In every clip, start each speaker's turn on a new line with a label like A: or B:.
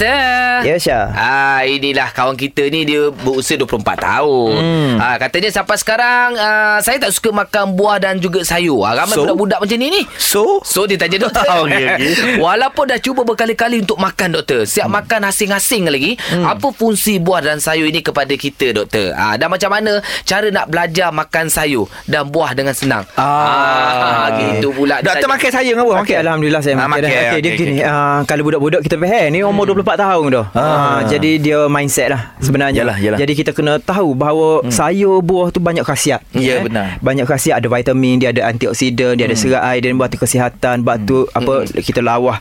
A: Doktor.
B: Ya, Syah.
A: Ah, inilah kawan kita ni dia berusia 24 tahun.
B: Hmm.
A: Ah, katanya sampai sekarang ah, saya tak suka makan buah dan juga sayur. Ah, ramai
B: So?
A: budak-budak macam ni ni.
B: So
A: So dia tanya doktor
B: Oh, okey, okey.
A: Walaupun dah cuba berkali-kali Untuk makan doktor Siap hmm. makan asing-asing lagi hmm. Apa fungsi buah dan sayur ini Kepada kita doktor ha, Dan macam mana Cara nak belajar makan sayur Dan buah dengan senang Ah, Gitu pula dia
B: Doktor
A: tanya.
B: makan saya dengan apa? Makan Alhamdulillah saya
C: Ah,
B: makan
C: makan.
B: dah. Okey,
C: Okey,
B: dia
C: okey.
B: gini ah, Kalau budak-budak kita faham Ni umur 24 tahun dah Ah, Jadi dia mindset lah Sebenarnya
C: Yalah, yalah.
B: Jadi kita kena tahu Bahawa sayur buah tu banyak khasiat Eh?
C: Ya, benar.
B: Banyak khasiat Ada vitamin Dia ada antioksidan Dia ada serat air Dan buat kesihatan Buat tu apa Kita lawah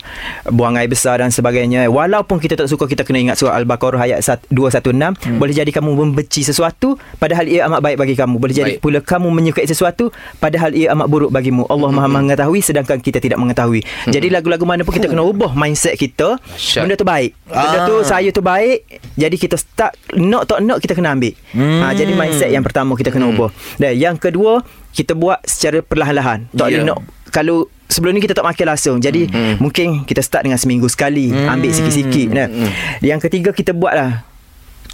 B: Buang air besar dan sebagainya Walaupun kita tak suka Kita kena ingat surah Al-Baqarah Ayat sat- 216 Boleh jadi kamu membenci sesuatu Padahal ia amat baik bagi kamu Boleh jadi
A: Baik.
B: pula kamu menyukai sesuatu Padahal ia amat buruk bagimu Allah maha mengetahui Sedangkan kita tidak mengetahui Jadi lagu-lagu mana pun Kita kena ubah mindset kita
A: Syaik.
B: Benda tu baik Benda tu saya tu baik Jadi kita start Nak tak nak kita kena ambil ha, Jadi mindset yang pertama Kita kena ubah Dan yang kedua Kita buat secara perlahan-lahan Tak boleh
A: Ya.
B: nak Kalau Sebelum ni kita tak makan langsung Jadi mungkin kita start dengan seminggu sekali Ambil sikit-sikit nah. Yang ketiga kita buat lah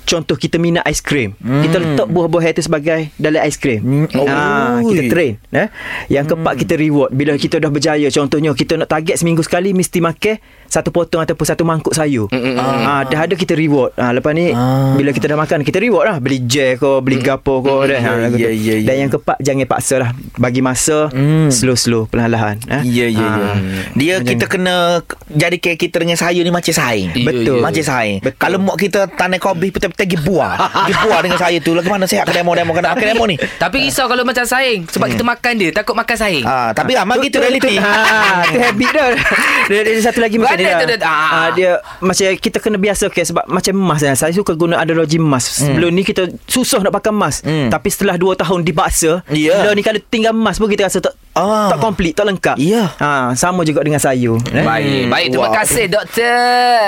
B: Contoh kita minat aiskrim hmm. Kita letak buah-buah itu sebagai Dalam aiskrim
C: Hmm.
B: hmm. ah,
C: Oi.
B: Kita train eh? Yang keempat
C: Hmm.
B: kita reward Bila kita dah berjaya Contohnya kita nak target seminggu sekali Mesti makan Satu potong ataupun satu mangkuk sayur hmm. ah, Dah ada kita reward ah, Lepas ni
C: Ah.
B: Bila kita dah makan Kita reward lah Beli jel ke Beli gapo ke dah,
C: Ya,
B: ah, lagu tu.
C: ya, ya, ya.
B: Dan yang keempat Jangan paksa lah Bagi masa
C: Hmm.
B: Slow-slow Perlahan-lahan eh?
C: Ya ya ya.
B: Ah.
C: Dia kita kena jadikan kita dengan sayur ni macam saing.
A: Ya,
B: Betul.
A: ya.
C: Macam saing.
B: Betul.
C: Kalau mak kita tanam kopi petang-petang gi buah. Gi buah dengan sayur tu. Lah, Lagi mana sihat ke demo-demo kena ke demo ni.
A: Tapi risau kalau macam saing
B: Hmm.
A: Sebab kita makan dia Takut makan saing
C: Ah, tapi amal gitu realiti.
B: Ha, tu habit dah. Dia ada satu lagi macam
A: Ada
B: dia.
A: tu, dia- ah.
B: Ah, dia macam kita kena biasa okay, sebab macam emas kan. Saya suka guna analogi emas. Sebelum ni kita susah nak pakai emas.
C: Hmm.
B: Tapi setelah 2 tahun dibaksa,
C: Ya.
B: dah ni kalau tinggal emas pun kita rasa tak
C: Ah.
B: tak komplit, tak lengkap. Ah,
C: Ya.
B: Ha, sama juga dengan sayur. eh.
A: Baik Baik Terima
C: Wow.
A: kasih doktor